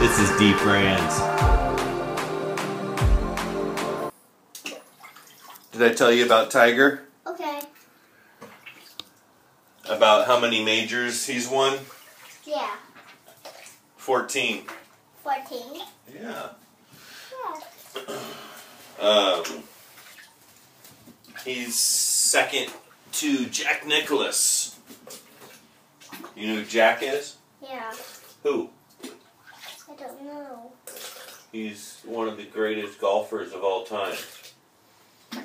This is Deep Brands. Did I tell you about Tiger? Okay. About how many majors he's won? Yeah. 14. 14. Yeah. Yeah. Um, he's second to Jack Nicholas. You know who Jack is? Yeah. Who? I don't know. He's one of the greatest golfers of all time. You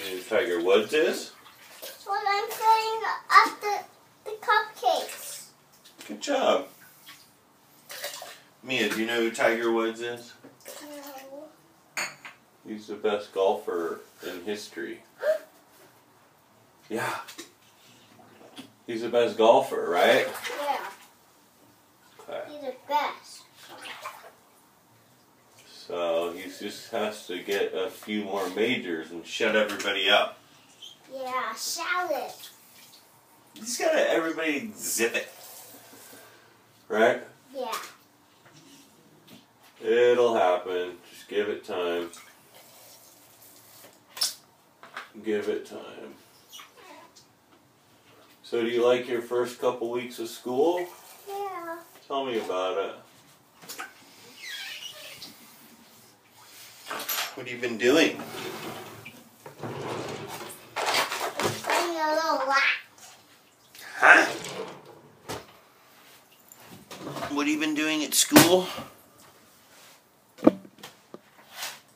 know who Tiger Woods is? Well, I'm filling up the, the cupcakes. Good job. Mia, do you know who Tiger Woods is? No. He's the best golfer in history. Yeah. He's the best golfer, right? Yeah. Okay. He's the best. So he just has to get a few more majors and shut everybody up. Yeah. Salad. He's got to everybody exhibit, right? Yeah. It'll happen. Just give it time. Give it time. So, do you like your first couple weeks of school? Yeah. Tell me about it. What have you been doing? Playing a little lot. Huh? What have you been doing at school?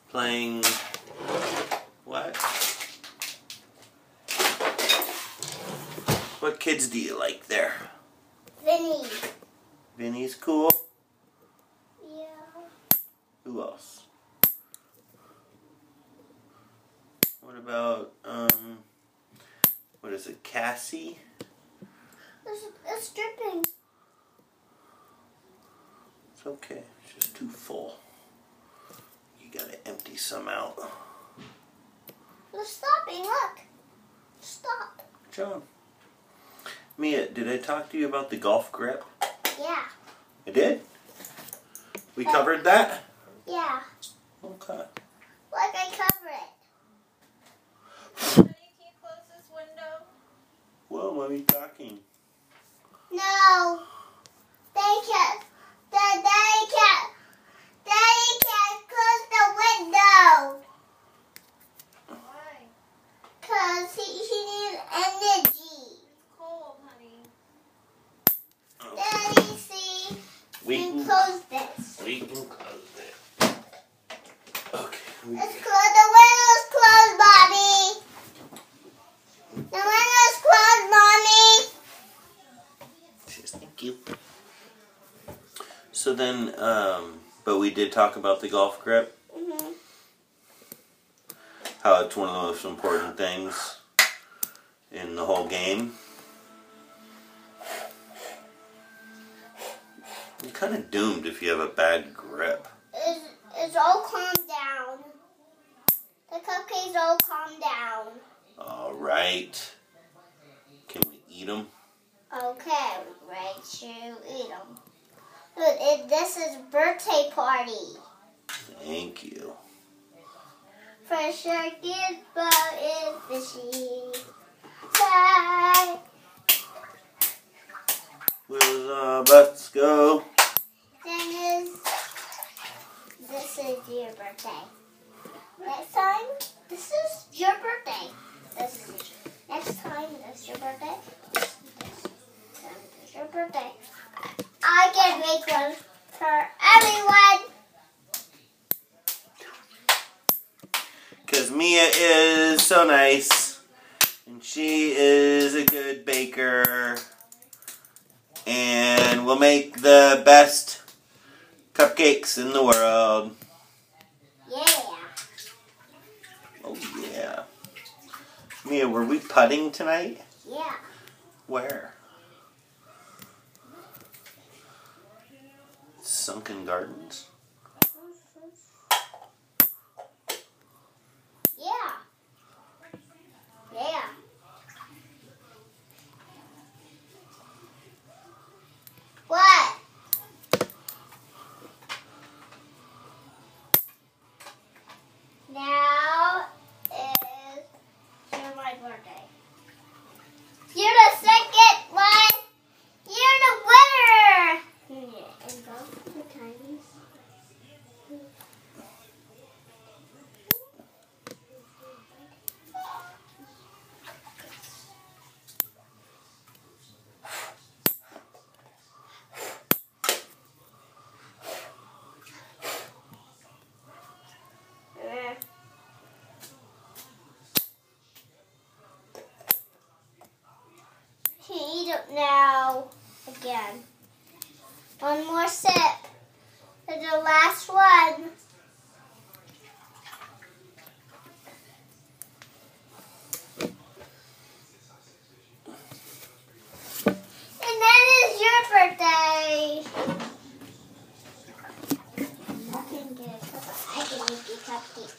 Playing what? What kids do you like there? Vinny. Vinny's cool. Yeah. Who else? What about um what is it, Cassie? It's, it's dripping. It's okay. It's just too full. You gotta empty some out. It's stopping. Look. Stop. John. Mia, did I talk to you about the golf grip? Yeah. I did. We covered that? Yeah. Okay. Look, I cover it. Can you close this window? Well, what are you talking? No. They can't. They, they can't. They can't close the window. Why? Because he, he needs energy. It's cold, honey. Daddy, see? We and can, close this. we can close it. Okay. We, Let's close the window's closed, Bobby. The window's closed, Mommy. thank you. So then, um, but we did talk about the golf grip, Mm-hmm. how it's one of the most important things in the whole game. You're kind of doomed if you have a bad grip. It's, it's all calmed down. The cupcakes all calmed down. All right. Can we eat them? Okay, right to eat them. Look, it, this is birthday party. Thank you. For sure, get bow is fishy. Bye. Wheels up, uh, let's go. Then is this is your birthday. Next time, this is your birthday. This is next time. This is your birthday. This is your birthday. I can make one for everyone. Because Mia is so nice. And she is a good baker. And will make the best cupcakes in the world. Yeah. Oh, yeah. Mia, were we putting tonight? Yeah. Where? Sunken Gardens? Yeah. Yeah. What? Eh. Now, again. One more sip. And the last one. And that is your birthday. I can get a cup- I can make you cupcake.